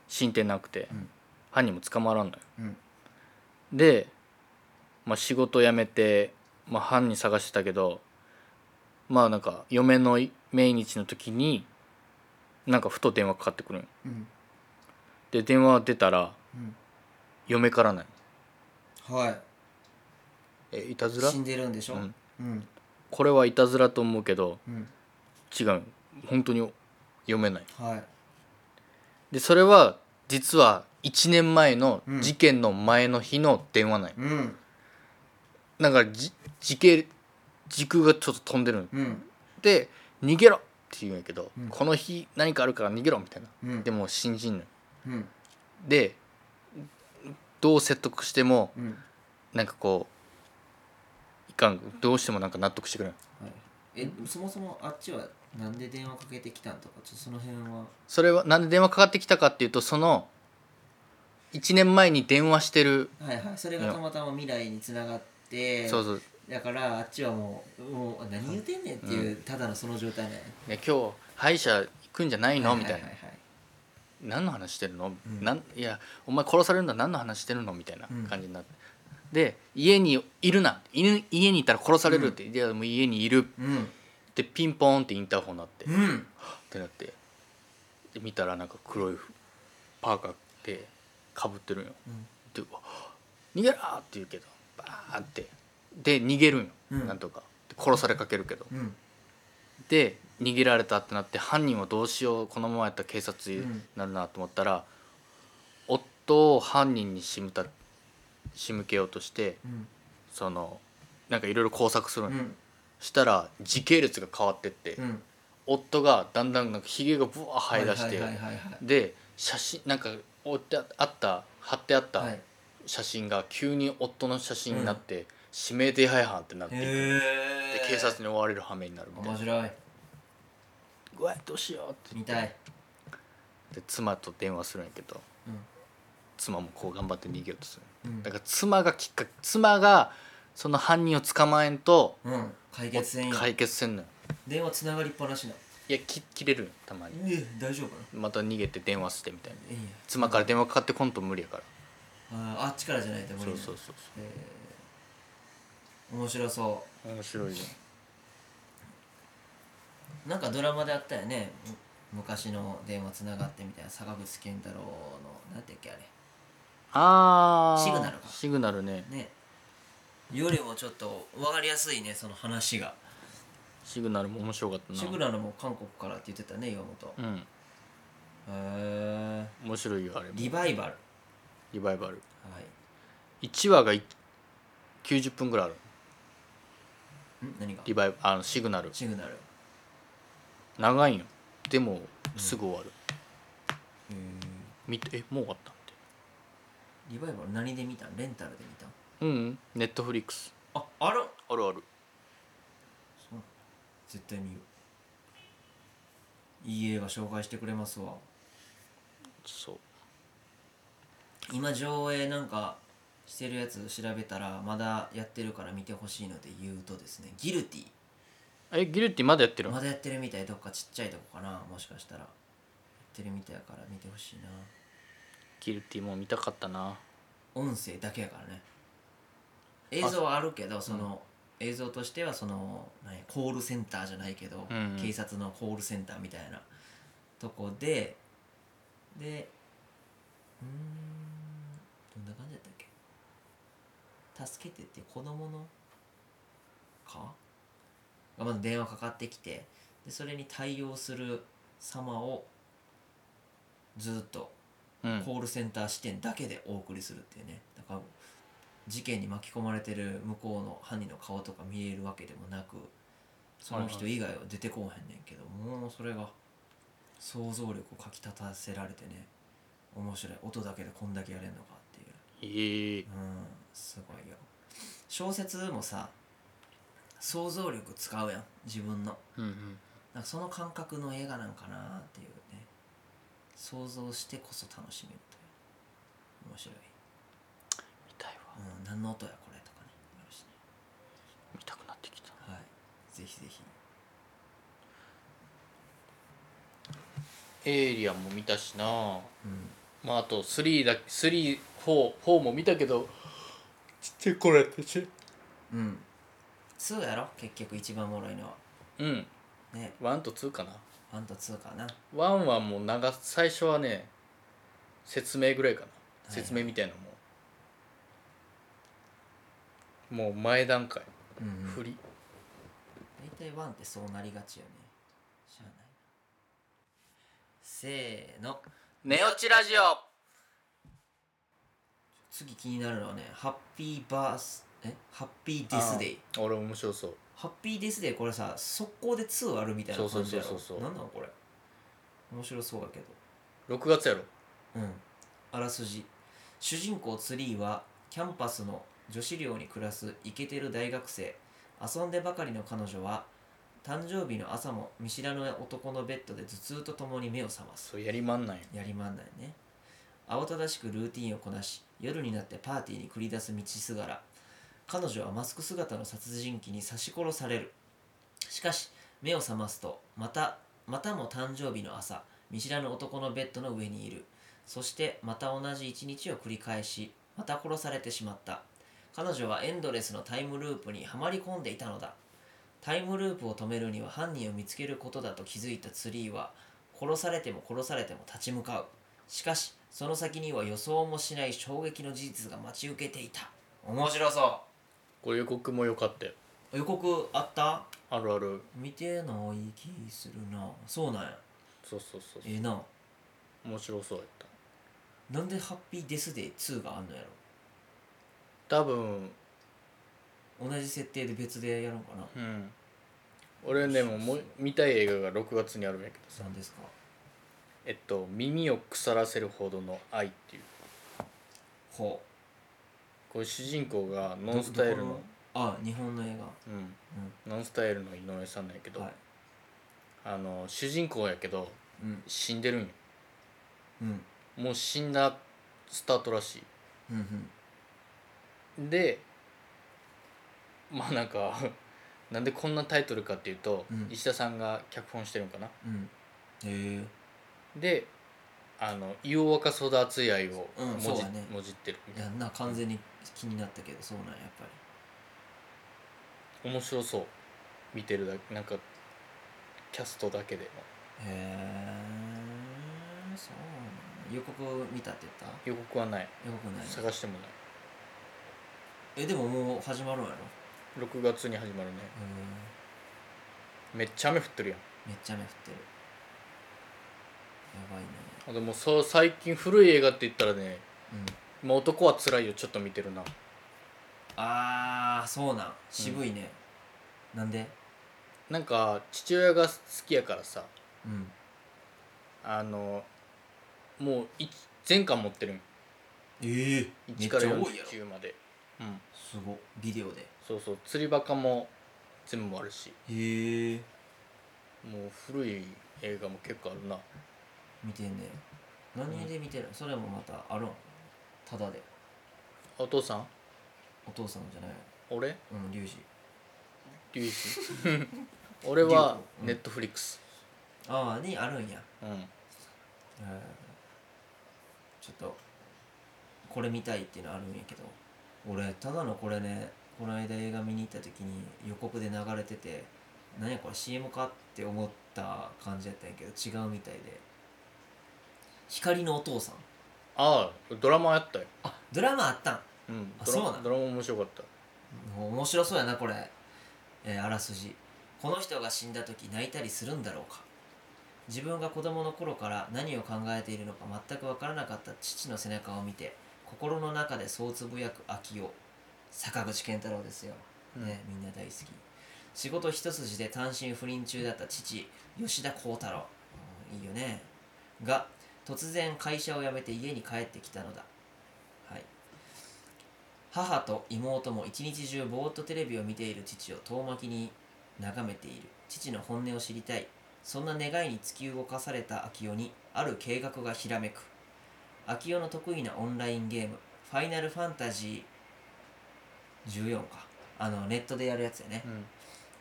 S1: 進展なくて、
S2: うん
S1: 犯人も捕まらんのよ
S2: うん
S1: で、まあ、仕事辞めて、まあ、犯人探してたけどまあなんか嫁のい命日の時になんかふと電話かかってくるんよ
S2: うん
S1: で電話出たら嫁からない
S2: うんはい
S1: えいたずら
S2: 死んでるんでしょ
S1: うん
S2: うん
S1: これはいたずらと思うけど
S2: うん
S1: 違うよ本当に読めない
S2: はい
S1: でそれは実は1年前の事件の前の日の電話ない、
S2: うん
S1: だからじ時系時空がちょっと飛んでるん
S2: うん
S1: で逃げろって言うんやけど、
S2: うん
S1: この日何かあるから逃げろみたいな、
S2: うん
S1: でも信じんのよ
S2: うん
S1: でどう説得しても
S2: うんは
S1: なんかこういかんどうしてもなんか納得してくれな
S2: い
S1: い
S2: えそもそもあっちはなんで電話かけてきたんとかちょっとその辺は
S1: それはなんで電話かかってきたかっていうとその1年前に電話してる、
S2: はいはいそれがたまたま未来につながって
S1: そうそう
S2: だからあっちはもうもう何言うてんねんっていう、ただのその状態ね
S1: ね今日歯医者行くんじゃないの、みたいな、
S2: ははは
S1: 何の話してるの、
S2: うん
S1: なんいやお前殺されるのは何の話してるのみたいな
S2: うん
S1: 感じになって、で家にいるな犬家にいたら殺されるって、いやもう家にいる
S2: うん
S1: ってピンポーンってインターホンなって、っ
S2: うん
S1: てなってで見たらなんか黒いパーカーでかぶってるんよでうわ「逃げろ!」って言うけどバーンってで逃げるんよ、
S2: うん
S1: なんとかで殺されかけるけど
S2: うん
S1: で逃げられたってなって犯人はどうしようこのままやったら警察になるなと思ったら、夫を犯人に仕向た仕向けようとして
S2: うん
S1: そのなんかいろいろ工作する
S2: うん
S1: よ、
S2: ん
S1: したら時系列が変わってって、
S2: うん
S1: 夫がだんだんなんかひげがぶわー生え出して、
S2: はいはいはいはい
S1: で写真なんか置いてあった貼ってあった、
S2: はい
S1: 写真が急に夫の写真になって、指名手配犯ってなっていくで
S2: へえ
S1: 警察に追われる羽目になるみたい
S2: 面
S1: な
S2: 白い
S1: 「うわどうしよう」って
S2: 見たい
S1: で妻と電話するんやけど
S2: う
S1: 妻もこう頑張って逃げようとする
S2: んうん
S1: だから妻がきっかけ妻がその犯人を捕まえんと
S2: うん解決せんや
S1: 解決せんのよ
S2: 電話つながりっぱなしない
S1: やき切れるんよたまに
S2: え大丈夫かな
S1: また逃げて電話してみたいない
S2: いや
S1: 妻から電話かかってこんと無理やから
S2: あーあっちからじゃないと無
S1: そ
S2: 理
S1: う
S2: な
S1: そうそう
S2: えー面白そ
S1: そう面白いよ
S2: うなんかドラマであったよねむ昔の電話つながってみたいな坂口健太郎のなんていうっけあれ
S1: あー
S2: シグナルか
S1: シグナルね
S2: ねよりもちょっと分かりやすいねその話が
S1: シグナルも面白かったな
S2: シグナルも韓国からって言ってたね岩本へ
S1: うん
S2: え
S1: 面白いよあれも
S2: リバイバル
S1: リバイバル
S2: はい
S1: 1話がい90分ぐらいある
S2: ん何が
S1: リバイあのシグナル
S2: シグナルへ
S1: 長いんよでもすぐ終わる、
S2: え
S1: 見てえもう終わったって
S2: リバイバル何で見たんレンタルで見たん
S1: うんうんネットフリックス
S2: ああら
S1: あるある
S2: そう絶対見よういい映画紹介してくれますわ
S1: そう
S2: 今上映なんかしてるやつ調べたらまだやってるから見てほしいので言うとですね「ギルティ
S1: えギルティまだやって」るの
S2: まだやってるみたいどっかちっちゃいとこかなもしかしたらやってるみたいやから見てほしいな
S1: ギルティもう見たかったな
S2: 音声だけやからね映像はあるけどその、映像としてはその何やコールセンターじゃないけど、
S1: うんうん
S2: 警察のコールセンターみたいなとこででうーんどんな感じだったっけ助けてって子供のかがまず電話かかってきてでそれに対応する様をずっと
S1: うん
S2: コールセンター視点だけでお送りするっていうねだから事件に巻き込まれてる向こうの犯人の顔とか見えるわけでもなくその人以外は出てこうへんねんけどもうそれが想像力をかきたたせられてね面白い音だけでこんだけやれんのかっていう
S1: え
S2: うん
S1: ー、
S2: すごいよ小説もさ想像力使うやん自分の
S1: うんうん
S2: なんかその感覚の映画なんかなっていうね想像してこそ楽しめるという面白い、
S1: 見たいわ
S2: うん、何の音やこれとかねあるしね
S1: 見たくなってきた
S2: はいぜひぜひ
S1: エイリアンも見たしな
S2: うん
S1: まああと3だ344も見たけどちっちゃい頃やってち
S2: うん2やろ結局一番おもろいのは
S1: うん
S2: ね
S1: 1と2かな
S2: ワンと2かな
S1: ワンはもう長最初はね説明ぐらいかな
S2: はい
S1: 説明みたいなもん、もう前段階
S2: うん、うん、
S1: 振り
S2: 大体ワンってそうなりがちよねしゃあないせーの
S1: 「寝落ちラジオ
S2: 次気になるのはねハッピーバースえハッピーデスデイ
S1: あー俺面白そう
S2: ハッピーデスデイこれさ速攻で2あるみたいな感じやろ
S1: そうそうそうそう
S2: なんなのこれ面白そうだけど
S1: 6月やろ
S2: うんあらすじ主人公ツリーはキャンパスの女子寮に暮らすイケてる大学生遊んでばかりの彼女は誕生日の朝も見知らぬ男のベッドで頭痛とともに目を覚ます
S1: そうやりまんない
S2: やりまんないね慌ただしくルーティンをこなし夜になってパーティーに繰り出す道すがら彼女はマスク姿の殺人鬼に刺し殺されるしかし目を覚ますとまたまたも誕生日の朝見知らぬ男のベッドの上にいるそしてまた同じ一日を繰り返しまた殺されてしまった彼女はエンドレスのタイムループにはまり込んでいたのだタイムループを止めるには犯人を見つけることだと気づいたツリーは殺されても殺されても立ち向かうしかしその先には予想もしない衝撃の事実が待ち受けていた面白そ
S1: これ予告も良かったよ
S2: う予告あった
S1: あるある
S2: 見てない気するなそうなんや
S1: そうそうそう
S2: ええな
S1: 面白そうやっ
S2: なんでハッピーデスデイ2があんのや
S1: た多分
S2: ろ同じ設定で別でやるんかな
S1: うん俺でももう見たい映画が6月にあるんやけどさ
S2: なんですか
S1: えっと「耳を腐らせるほどの愛」っていう
S2: ほ
S1: これ主人公が
S2: う
S1: ノンスタイル
S2: ど
S1: の
S2: こあ日本の映
S1: うん
S2: 画
S1: ノンスタイルの井上さんなんやけ
S2: う
S1: ど、
S2: んはい
S1: あの主人公やけど
S2: うん
S1: 死んでるんよ
S2: うん
S1: もう死んだスタートらし
S2: うんうん
S1: いでまあなんか なんでこんなタイトルかっていうと、
S2: うん
S1: 石田さんが脚本してるんかな
S2: うんへえ
S1: であの「湯を沸かすほど熱い愛」を
S2: うん
S1: もじ,、
S2: そうだね
S1: もじってるみたい
S2: や
S1: なん
S2: な完全に気になったけどそうなんややっぱり
S1: 面白そう見てるだけなんかキャストだけでも
S2: へえそうなんだ予告見たって言った
S1: 予告はない
S2: 予告ない
S1: 探してもない
S2: えでももう始まるんやろへ
S1: 6月に始まるね
S2: え
S1: めっちゃ雨降ってるやん
S2: めっちゃ雨降ってるやばいね
S1: あでもそう最近古い映画って言ったらね
S2: うん
S1: 「まあ、男はつらいよ」ちょっと見てるな
S2: ああそうなん渋いね、なんで
S1: なんか父親が好きやからさ
S2: うん
S1: あのもうい全巻持ってるん
S2: ええめ
S1: 1
S2: っ
S1: から
S2: ちゃ多いやろ
S1: 49までうん
S2: すごっビデオで
S1: そうそう釣りバカも全部あるし
S2: へえ
S1: もう古い映画も結構あるな
S2: 見てんね何で見てるの、それもまたあるんただで
S1: お父さん
S2: お父さんじゃない
S1: 俺
S2: のうんリュウジ
S1: リュウジ俺は
S2: うん
S1: ネットフリックス
S2: ああにあるんや
S1: うん
S2: うんちょっとこれ見たいっていうのあるんやけど俺ただのこれねこの間映画見に行った時に予告で流れてて何やこれ CM かって思った感じやったんやけど違うみたいで光のお父さん
S1: ああドラマやったよ
S2: あドラマあったん
S1: うん
S2: あ
S1: ドラ
S2: そうな
S1: マ
S2: の
S1: ドラマ面白かった
S2: 面白そうやなこれ、えーあらすじこの人が死んだ時泣いたりするんだろうか自分が子供の頃から何を考えているのか全く分からなかった父の背中を見て心の中でそうつぶやく秋夫坂口健太郎ですよ、ねみんな大好き仕事一筋で単身赴任中だった父吉田鋼太郎、うんいいよねが突然会社を辞めて家に帰ってきたのだはい母と妹も一日中ぼーっとテレビを見ている父を遠巻きに眺めている父の本音を知りたいそんな願いに突き動かされた秋代にある計画がひらめく秋代の得意なオンラインゲーム「ファイナルファンタジー14か」あのネットでやるやつやね
S1: うん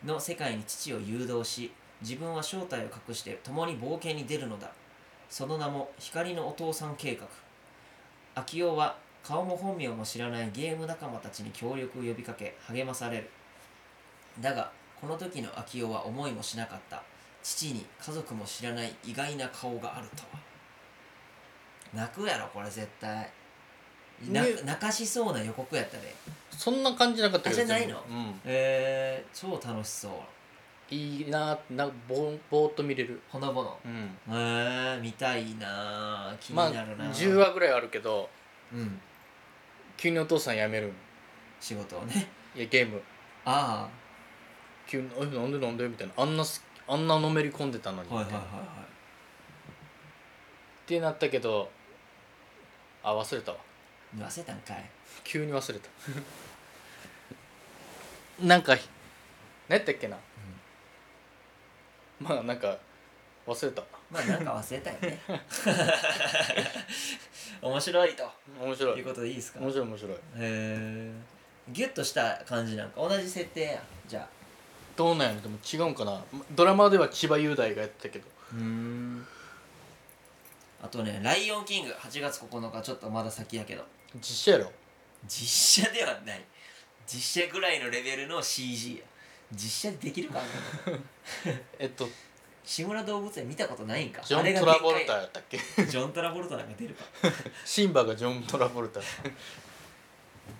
S2: の世界に父を誘導し自分は正体を隠して共に冒険に出るのだその名も光のお父さん計画秋代は顔も本名も知らないゲーム仲間たちに協力を呼びかけ励まされるだがこの時の秋代は思いもしなかった父に家族も知らない意外な顔があるとは泣くやろこれ絶対な
S1: ね
S2: 泣かしそうな予告やったで
S1: そんな感じなかったけど
S2: あじゃないの
S1: 全部うん
S2: えー、超楽しそう
S1: いいななぼぼーっと見れる
S2: ほのぼの
S1: うん
S2: えー、見たいな気に
S1: まあ
S2: なるな、
S1: 10話ぐらいあるけど
S2: うん
S1: 急にお父さん辞めるん
S2: 仕事をね
S1: いやゲーム
S2: あ
S1: 急に「おいなんでなんで?」みたいなあんなすあんなのめり込んでたのに
S2: あ
S1: み
S2: は
S1: た
S2: い
S1: い
S2: はい
S1: な、
S2: はい
S1: っ
S2: はい
S1: てなったけどあ忘れたわ
S2: 忘れたんかい
S1: 急に忘れた なんか何やったっけな、まあなんか忘れた
S2: まあなんか忘れたよね 面白いと
S1: 面白
S2: いう
S1: い
S2: ことでいいですか
S1: 面白い面白い
S2: へーギュッとした感じなんか同じ設定やじゃあ
S1: どうなんやろでも違うんかなドラマでは千葉雄大がやってたけど
S2: うんあとね「ライオンキング」8月9日ちょっとまだ先やけど
S1: 実写やろ
S2: 実写ではない実写ぐらいのレベルの CG や実写でできるかな
S1: えっと
S2: 志村動物園見たことないんか
S1: ジョ
S2: あれ
S1: ン・
S2: が
S1: トラボルタ
S2: 限
S1: やったっけ
S2: 界や ジョントラボルタなんか出るか
S1: シンバがジョン・トラボルタ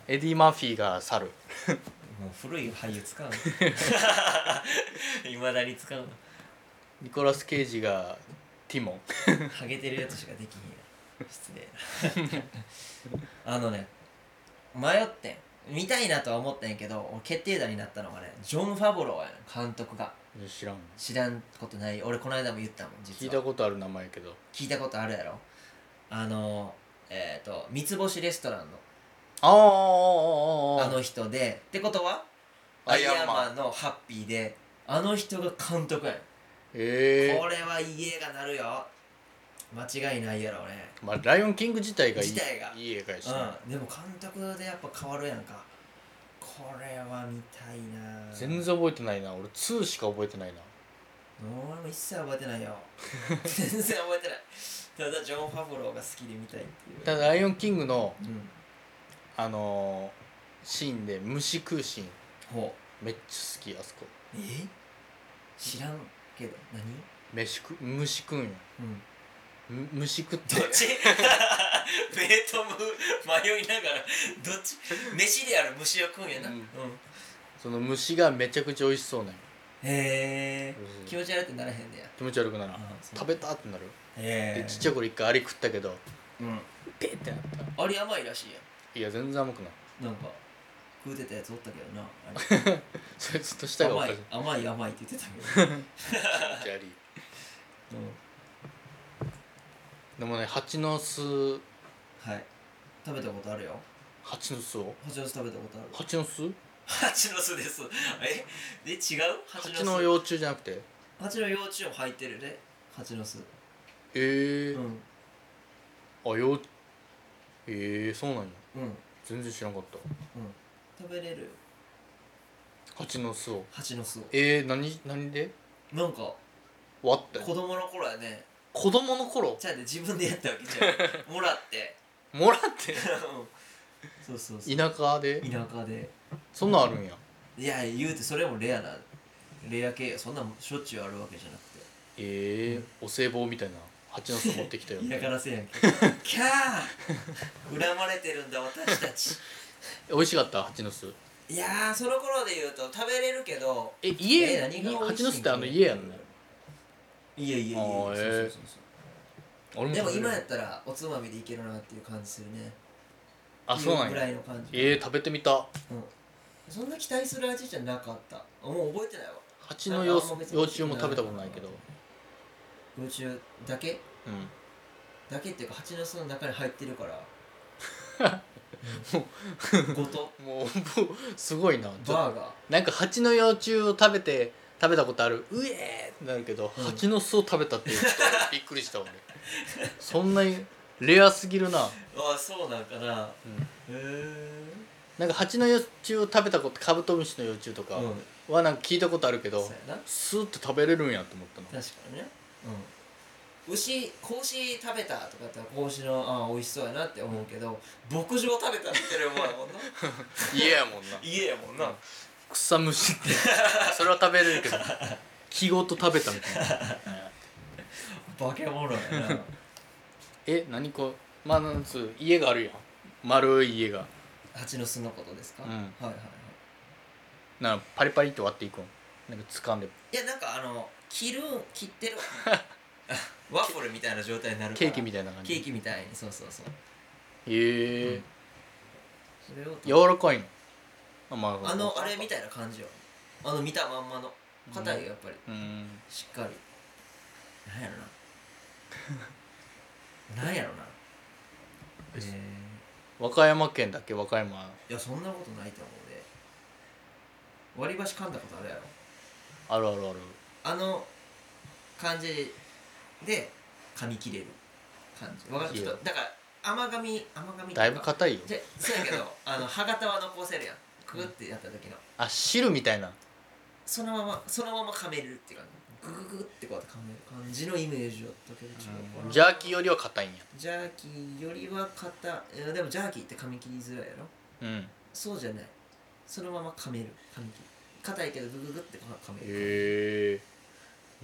S1: エディ・マーフィーが猿
S2: もう古い俳優使う いまだに使うの
S1: ニコラス・ケイジがティモン
S2: ハゲてるやつしかできひんや失礼な あのね迷ってん見たいなとは思ったんやけど俺決定打になったのがねジョン・ファボローやね監督が
S1: 知らん
S2: 知らんことない俺この間も言ったもん実
S1: 聞い
S2: は
S1: たことある名前やけど
S2: 聞いたことあるやろあのえっ、と三つ星レストランの
S1: ああ
S2: あの人でってことはア
S1: ア
S2: イ
S1: イ
S2: ア
S1: ア
S2: ン
S1: ン
S2: マ
S1: マン
S2: ンのハッピーであの人が監督やねん
S1: え
S2: これはいい映画なるよ間違いないやろね
S1: えまあライオンキング自体がいい
S2: 自体が
S1: いい映画やしな、
S2: うんでも監督でやっぱ変わるやんかこれは見たいな
S1: 全然覚えてないな俺2しか覚えてないな
S2: 俺も一切覚えてないよ 全然覚えてないただジョン・ファブローが好きで見たいっていう
S1: ただライオンキングの
S2: うん
S1: あのーシーンで虫食うシーン
S2: ほ
S1: めっちゃ好きあそこ
S2: うえ知らんけど何
S1: 飯食う虫食うんや
S2: うん
S1: む虫食って
S2: どっち ベートム迷いながらどっち飯である虫を食うんやな、
S1: うん
S2: うん、
S1: その虫がめちゃくちゃ美味しそうなんや
S2: へえ
S1: うん
S2: 気持ち悪くならへんねや
S1: 気持ち悪くならん
S2: あそう
S1: 食べたってなるで
S2: へ
S1: ちっちゃい頃一回あれ食ったけど
S2: うん
S1: ペってなった
S2: あれ甘いらしい
S1: いや全然甘くない
S2: やんなんか食うてたやつおったけどなあ
S1: それずっと
S2: れ
S1: 舌がお
S2: 甘
S1: かし
S2: い
S1: い
S2: 甘い甘いって言ってたけど、
S1: ジャ
S2: う
S1: リー
S2: ん、
S1: でもね蜂の巣
S2: はい食べたことあるよ
S1: 蜂の巣を
S2: 蜂の巣食べたことある
S1: 蜂の巣
S2: 蜂の巣ですえで違う蜂の巣
S1: 蜂の幼虫じゃなくて
S2: 蜂の幼虫も入ってるね蜂の巣
S1: え
S2: う
S1: え
S2: ん
S1: あ幼ええそうなん
S2: う
S1: や
S2: ん
S1: 全然知らんかった
S2: うん食べれる
S1: 蜂の巣を
S2: 蜂の巣を
S1: ええ何何で
S2: なんか
S1: 割って
S2: 子供の頃やね
S1: 子供の頃
S2: ちゃんと自分でやったわけじゃ んもらって
S1: もらって
S2: うんそうそうそう
S1: 田舎で
S2: 田舎で
S1: そんなんあるんや
S2: いや言うてそれもレアなレア系よそんなんしょっちゅうあるわけじゃなく
S1: ええお歳暮みたいな蜂の巣持ってきたよ
S2: て嫌がらせや んけキャー恨まれてるんだ私たち
S1: 美味しかった蜂の巣
S2: いやーその頃で言うと食べれるけど
S1: え家、
S2: え何が美味しいん
S1: 蜂の巣ってあの家やんね
S2: いやいやいやいや
S1: あー
S2: そうそうそうそ
S1: 俺
S2: うでも
S1: 食べれる
S2: 今やったらおつまみでいけるなっていう感じするね
S1: あそうなん
S2: ぐ
S1: や
S2: らいの感じ、
S1: ええ食べてみた
S2: うん、そんな期待する味じゃなかったもう覚えてないわ
S1: 蜂の幼
S2: なんかあんま別に
S1: 幼虫も食べたことないけど
S2: 幼虫だけ
S1: うん
S2: だけっていうか蜂の巣の中に入ってるから ごと
S1: もう すごいなちょ
S2: バーガー
S1: なんか蜂の幼虫を食べて食べたことあるうえーってなるけど、
S2: うん
S1: 蜂の巣を食べたっていうちょっ とびっくりした俺そんなにレアすぎるな、
S2: ああそうなんかなへ
S1: うん
S2: え
S1: なんか蜂の幼虫を食べたことカブトムシの幼虫とか
S2: うん
S1: はなんか聞いたことあるけど、
S2: そうやな
S1: スーッと食べれるんやと思ったの
S2: 確かにねうん牛子牛食べたとかやって子牛のああ美味しそうやなって思うけど牧場食べたって言ってるもんやもんな
S1: 家やもんな
S2: 家やもんな
S1: 草むしって それは食べれるけど木ごと食べたみたいな
S2: 化け物やな
S1: え何こうまあなんつう家があるやん丸い家が
S2: 蜂の巣のことですか、
S1: うん
S2: はいはいはい
S1: なんかパリパリって割っていくんなんか掴んで
S2: いやなんかあの切る切って るワッフルみたいな状態になるから
S1: ケーキみたいな感じ
S2: ケーキみたいにそうそうそう
S1: へえ
S2: それを
S1: 柔らかいのあまあ
S2: あのあれみたいな感じよあの見たまんまの硬いよやっぱり
S1: うん
S2: しっかりなんやろななんやろなえ
S1: 和歌山県だっけ和歌山
S2: ーいやそんなことないと思うで割り箸噛んだことあるやろ
S1: あるあるある
S2: あの感じで噛み切れる感じわかる
S1: いい
S2: ち
S1: よ
S2: ょっとだから甘噛み甘噛みっていうか
S1: だいぶ硬いよ
S2: じゃそうやけどあの歯型は残せるやんググってやった時の
S1: あ汁みたいな
S2: そのままそのまま噛めるっていうかググググってこうやって噛める感じのイメージだったけど違うかな
S1: ジャーキーよりは硬いんや
S2: ジャーキーよりは硬いやでもジャーキーって噛み切りづらいやろ
S1: うん
S2: そうじゃないそのまま噛める噛み切る硬いけどグググって噛める
S1: へえ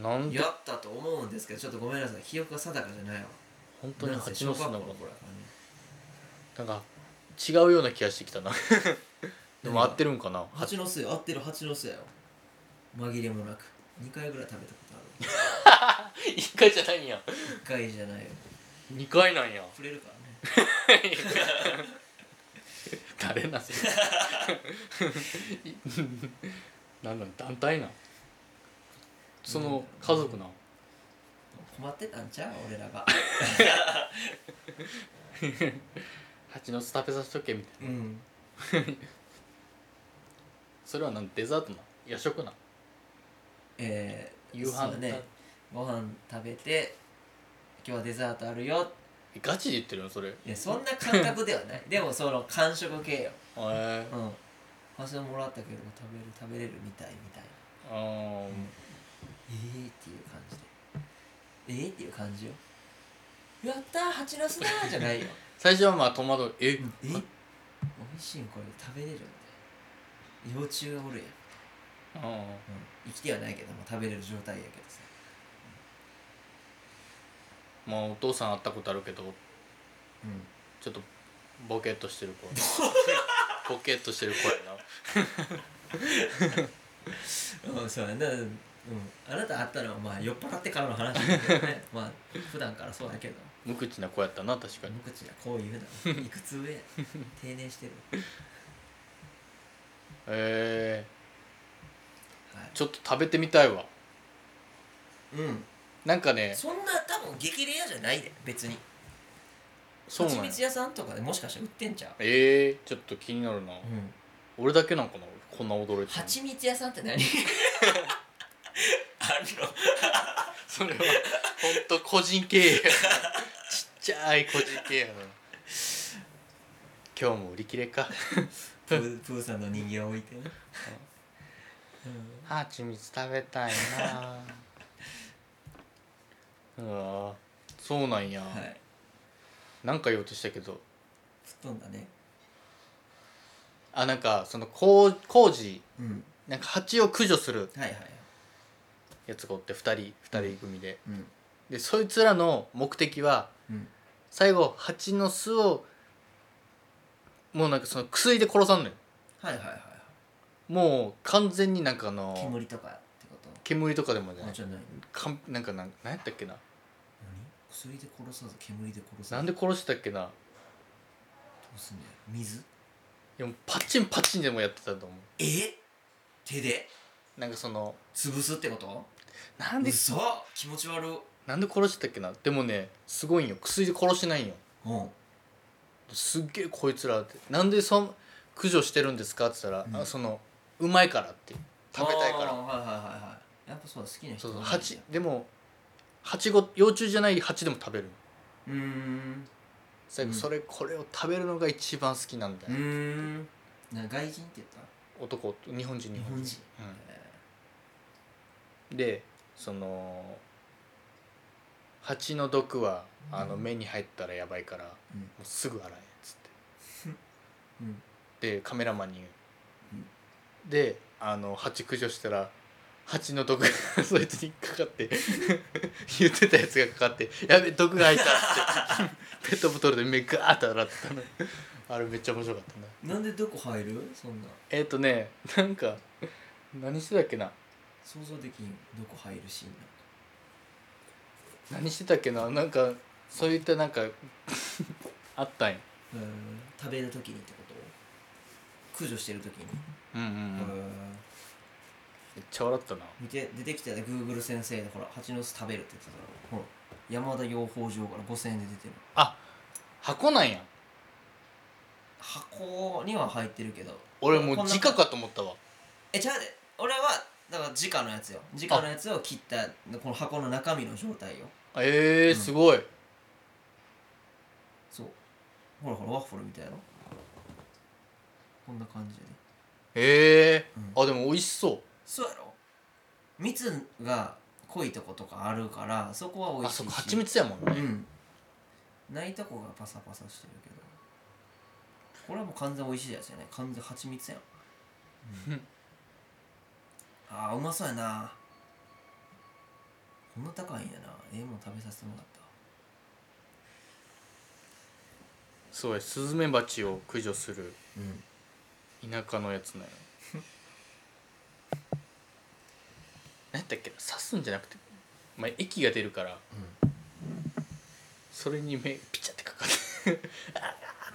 S1: なんで
S2: やったと思うんですけどちょっとごめんなさい記憶が定かじゃないわ
S1: 本当に
S2: なんせ
S1: 蜂
S2: 小
S1: の
S2: 学
S1: 巣
S2: 校
S1: な
S2: の
S1: のか
S2: 頃からね
S1: なんか違うような気がしてきた なでも合ってるんかな
S2: 蜂の巣よ合ってる蜂の巣やよ紛れもなく2回ぐらい食べたことある
S1: 1回じゃないんや
S2: 1回じゃないよ
S1: 2回なんや
S2: 触れるからね
S1: 誰 なんそれなんなん団体なんその家族なん
S2: 困ってたんちゃう俺らが
S1: 蜂の巣食べさせとけみたいな
S2: うん
S1: それはなんデザートなん夜食なん
S2: えー、
S1: 夕飯
S2: そうだねご飯食べて今日はデザートあるよ
S1: えガチで言ってるのそれへ
S2: いやそんな感覚では ないでもその完食系よ
S1: え
S2: うん私ももらったけど食べる食べれるみたいみたいな
S1: あー
S2: ええー、っていう感じでええー、っていう感じよやったー蜂の巣だーじゃないよ
S1: 最初はまあ戸惑うえ
S2: うんえ美味しいんこれ食べれるみたいな幼虫がおるやん
S1: あー
S2: 生きてはないけども食べれる状態やけどさ
S1: まあお父さん会ったことあるけど
S2: うん
S1: ちょっとボケっとしてる子 ボケっとしてる子やな
S2: うん、そうやな、うん、あなた会ったのはまあ酔っ払ってからの話だけど ねまあ普段からそうやけど
S1: 無口な子やったな確かに
S2: 無口はこう言うないくつ上 や定年してる
S1: え
S2: は
S1: ー、ちょっと食べてみたいわ
S2: い、うん、
S1: なんかね
S2: そんな多分激レアじゃないで別に
S1: そう
S2: 蜂
S1: なんや
S2: 蜜屋さんとかでもしかしたら売ってんちゃう
S1: えー、ちょっと気になるな、
S2: うん
S1: 俺だけなんかなこんな驚いてるの
S2: 蜂蜜屋さんって何 あの
S1: それは本当個人経営 やなちっちゃい個人経営やな今日も売り切れか
S2: プープーさんの人形置いてね、
S1: はちみつ食べたい なうわそうなんや、
S2: うん、はい
S1: なんか言おうとしたけど
S2: 吹っ飛んだね
S1: あなんかその工工事
S2: うん
S1: なんか蜂を駆除する
S2: はいはいはい
S1: やつがおって2人2人組で
S2: うん
S1: でそいつらの目的は
S2: うん
S1: 最後蜂の巣をもうなんかその薬で殺さんのよ
S2: はいはいはいはい
S1: もう完全になんかあの
S2: 煙とかってこと
S1: 煙とかでもじゃな
S2: あ
S1: い
S2: じゃあない
S1: かんなんかなんなんやったっけな
S2: 何薬で殺さず煙で殺さず
S1: なんで殺してたっけな
S2: どうすんだよ水
S1: でもパチンパチンでもやってたと思
S2: え手で
S1: うなんかその
S2: 潰すってこと
S1: なんで
S2: 嘘気持ち悪う
S1: なんで殺してたっけなでもねすごいんよ薬で殺してないんよ
S2: ん
S1: すっげえこいつらってなんでそん駆除してるんですかって言ったら、
S2: うん
S1: あそのうまいからって食べたいか
S2: あー
S1: ら
S2: はいはいはいはいやっぱそうだ好きな人
S1: そうそう
S2: 多いんだ
S1: 蜂でも蜂ご幼虫じゃない蜂でも食べる
S2: うーん
S1: 最後
S2: うん
S1: それ、これを食べるのが一番好きなんだ
S2: う
S1: よ、
S2: ーんな外人って言った
S1: 男日本人日
S2: 日
S1: 本
S2: 本
S1: 人
S2: 人
S1: う
S2: え
S1: んでその蜂の毒はあの
S2: うん
S1: 目に入ったらやばいから、も
S2: うん
S1: うすぐ洗えっつって
S2: うん
S1: でカメラマンに言う、
S2: う
S1: であの蜂駆除したら蜂の毒が そいつにかかって 言ってたやつがかかって「やべ毒が入った」っ てペットボトルで目ガーッと洗ってたのあれめっちゃ面白かったな
S2: なんでどこ入るそんな
S1: えっ、とねなんか何してたっけな
S2: 想像できんどこ入るシーンな
S1: 何してたっけななんかそういったなんか あったんや
S2: のへー食べるときにってこと駆除してる時に、
S1: うんうんうん
S2: へ
S1: めっ
S2: ー
S1: ちゃ笑ったな
S2: 見て出てきたグーグル先生でほら蜂の巣食べるって言ってたからほら山田養蜂場から5000円で出てる
S1: あ箱なんや
S2: 箱には入ってるけど
S1: 俺もう
S2: こんな
S1: 直かと思ったわ
S2: えちゃうで俺はだから直のやつよ直のやつを切ったこの箱の中身の状態よ
S1: えー、すごい
S2: そうほらほらワッフルみたいやろこんな感じで
S1: え
S2: う
S1: ー、あでも美味しそう
S2: そうやろ蜜が濃いとことかあるからそこは美
S1: あ
S2: 味し
S1: そ
S2: い
S1: っ
S2: し
S1: か蜂蜜やもんね
S2: うんないとこがパサパサしてるけどこれはもう完全美味しいやつじゃない完全蜂蜜やん、ああうまそうやなこんな高いんやなええもん食べさせてもらった
S1: そうやスズメバチを駆除する
S2: うん
S1: 田舎のや つなんや何やったっけな刺すんじゃなくて、まあ、液が出るから、それに目ピチャってかかっ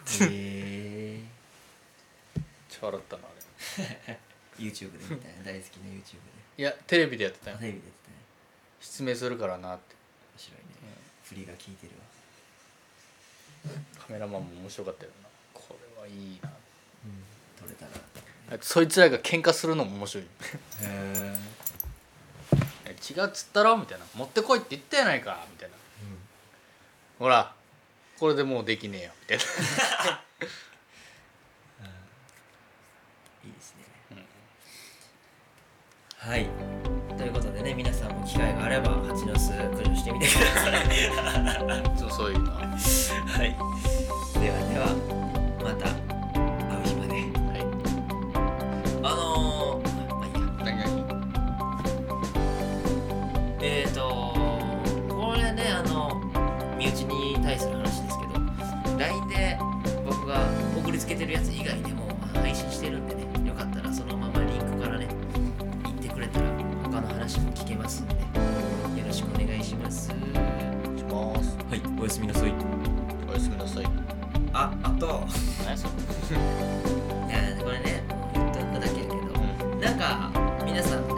S1: て
S2: へえ
S1: ちょ笑ったなあれ
S2: YouTube でみたいな大好きな YouTube
S1: いやテレビでやってた
S2: で
S1: よ
S2: テレビでやってたね
S1: 失明するからなって
S2: 面白いね、振りが効いてるわ
S1: カメラマンも面白かったよなこれはいいな
S2: 取れたな
S1: あとそいつらが喧嘩するのも面白い
S2: へえ
S1: え 違うっつったろみたいな持ってこいって言ったやないかみたいなほらこれでもうできねえよみたいな
S2: いいですね、はいということでね皆さんも機会があれば蜂の巣駆除してみてください
S1: いつもそういうのはは
S2: はいではではまた会う日まで
S1: い
S2: あのー、まあいいや
S1: 何々
S2: えーとこれねあの身内に対する話ですけど LINE で僕が送りつけてるやつ以外でもあ配信してるんでねよかったらそのままリンクからね行ってくれたら他の話も聞けますんでよろしくお願いしますは
S1: します
S2: いおやすみなさい
S1: おやすみなさい
S2: ああと
S1: 何やそれ
S2: いやこれね言っとくだけやけどなんか皆さんね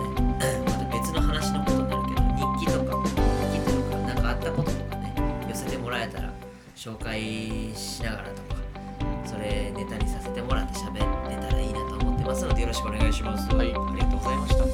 S2: また別の話のことになるけど日記とか日記というかなんかあったこととかね寄せてもらえたら紹介しながらとかそれネタにさせてもらって喋れたらいいなと思ってますのでよろしくお願いします、
S1: はい
S2: ありがとうございました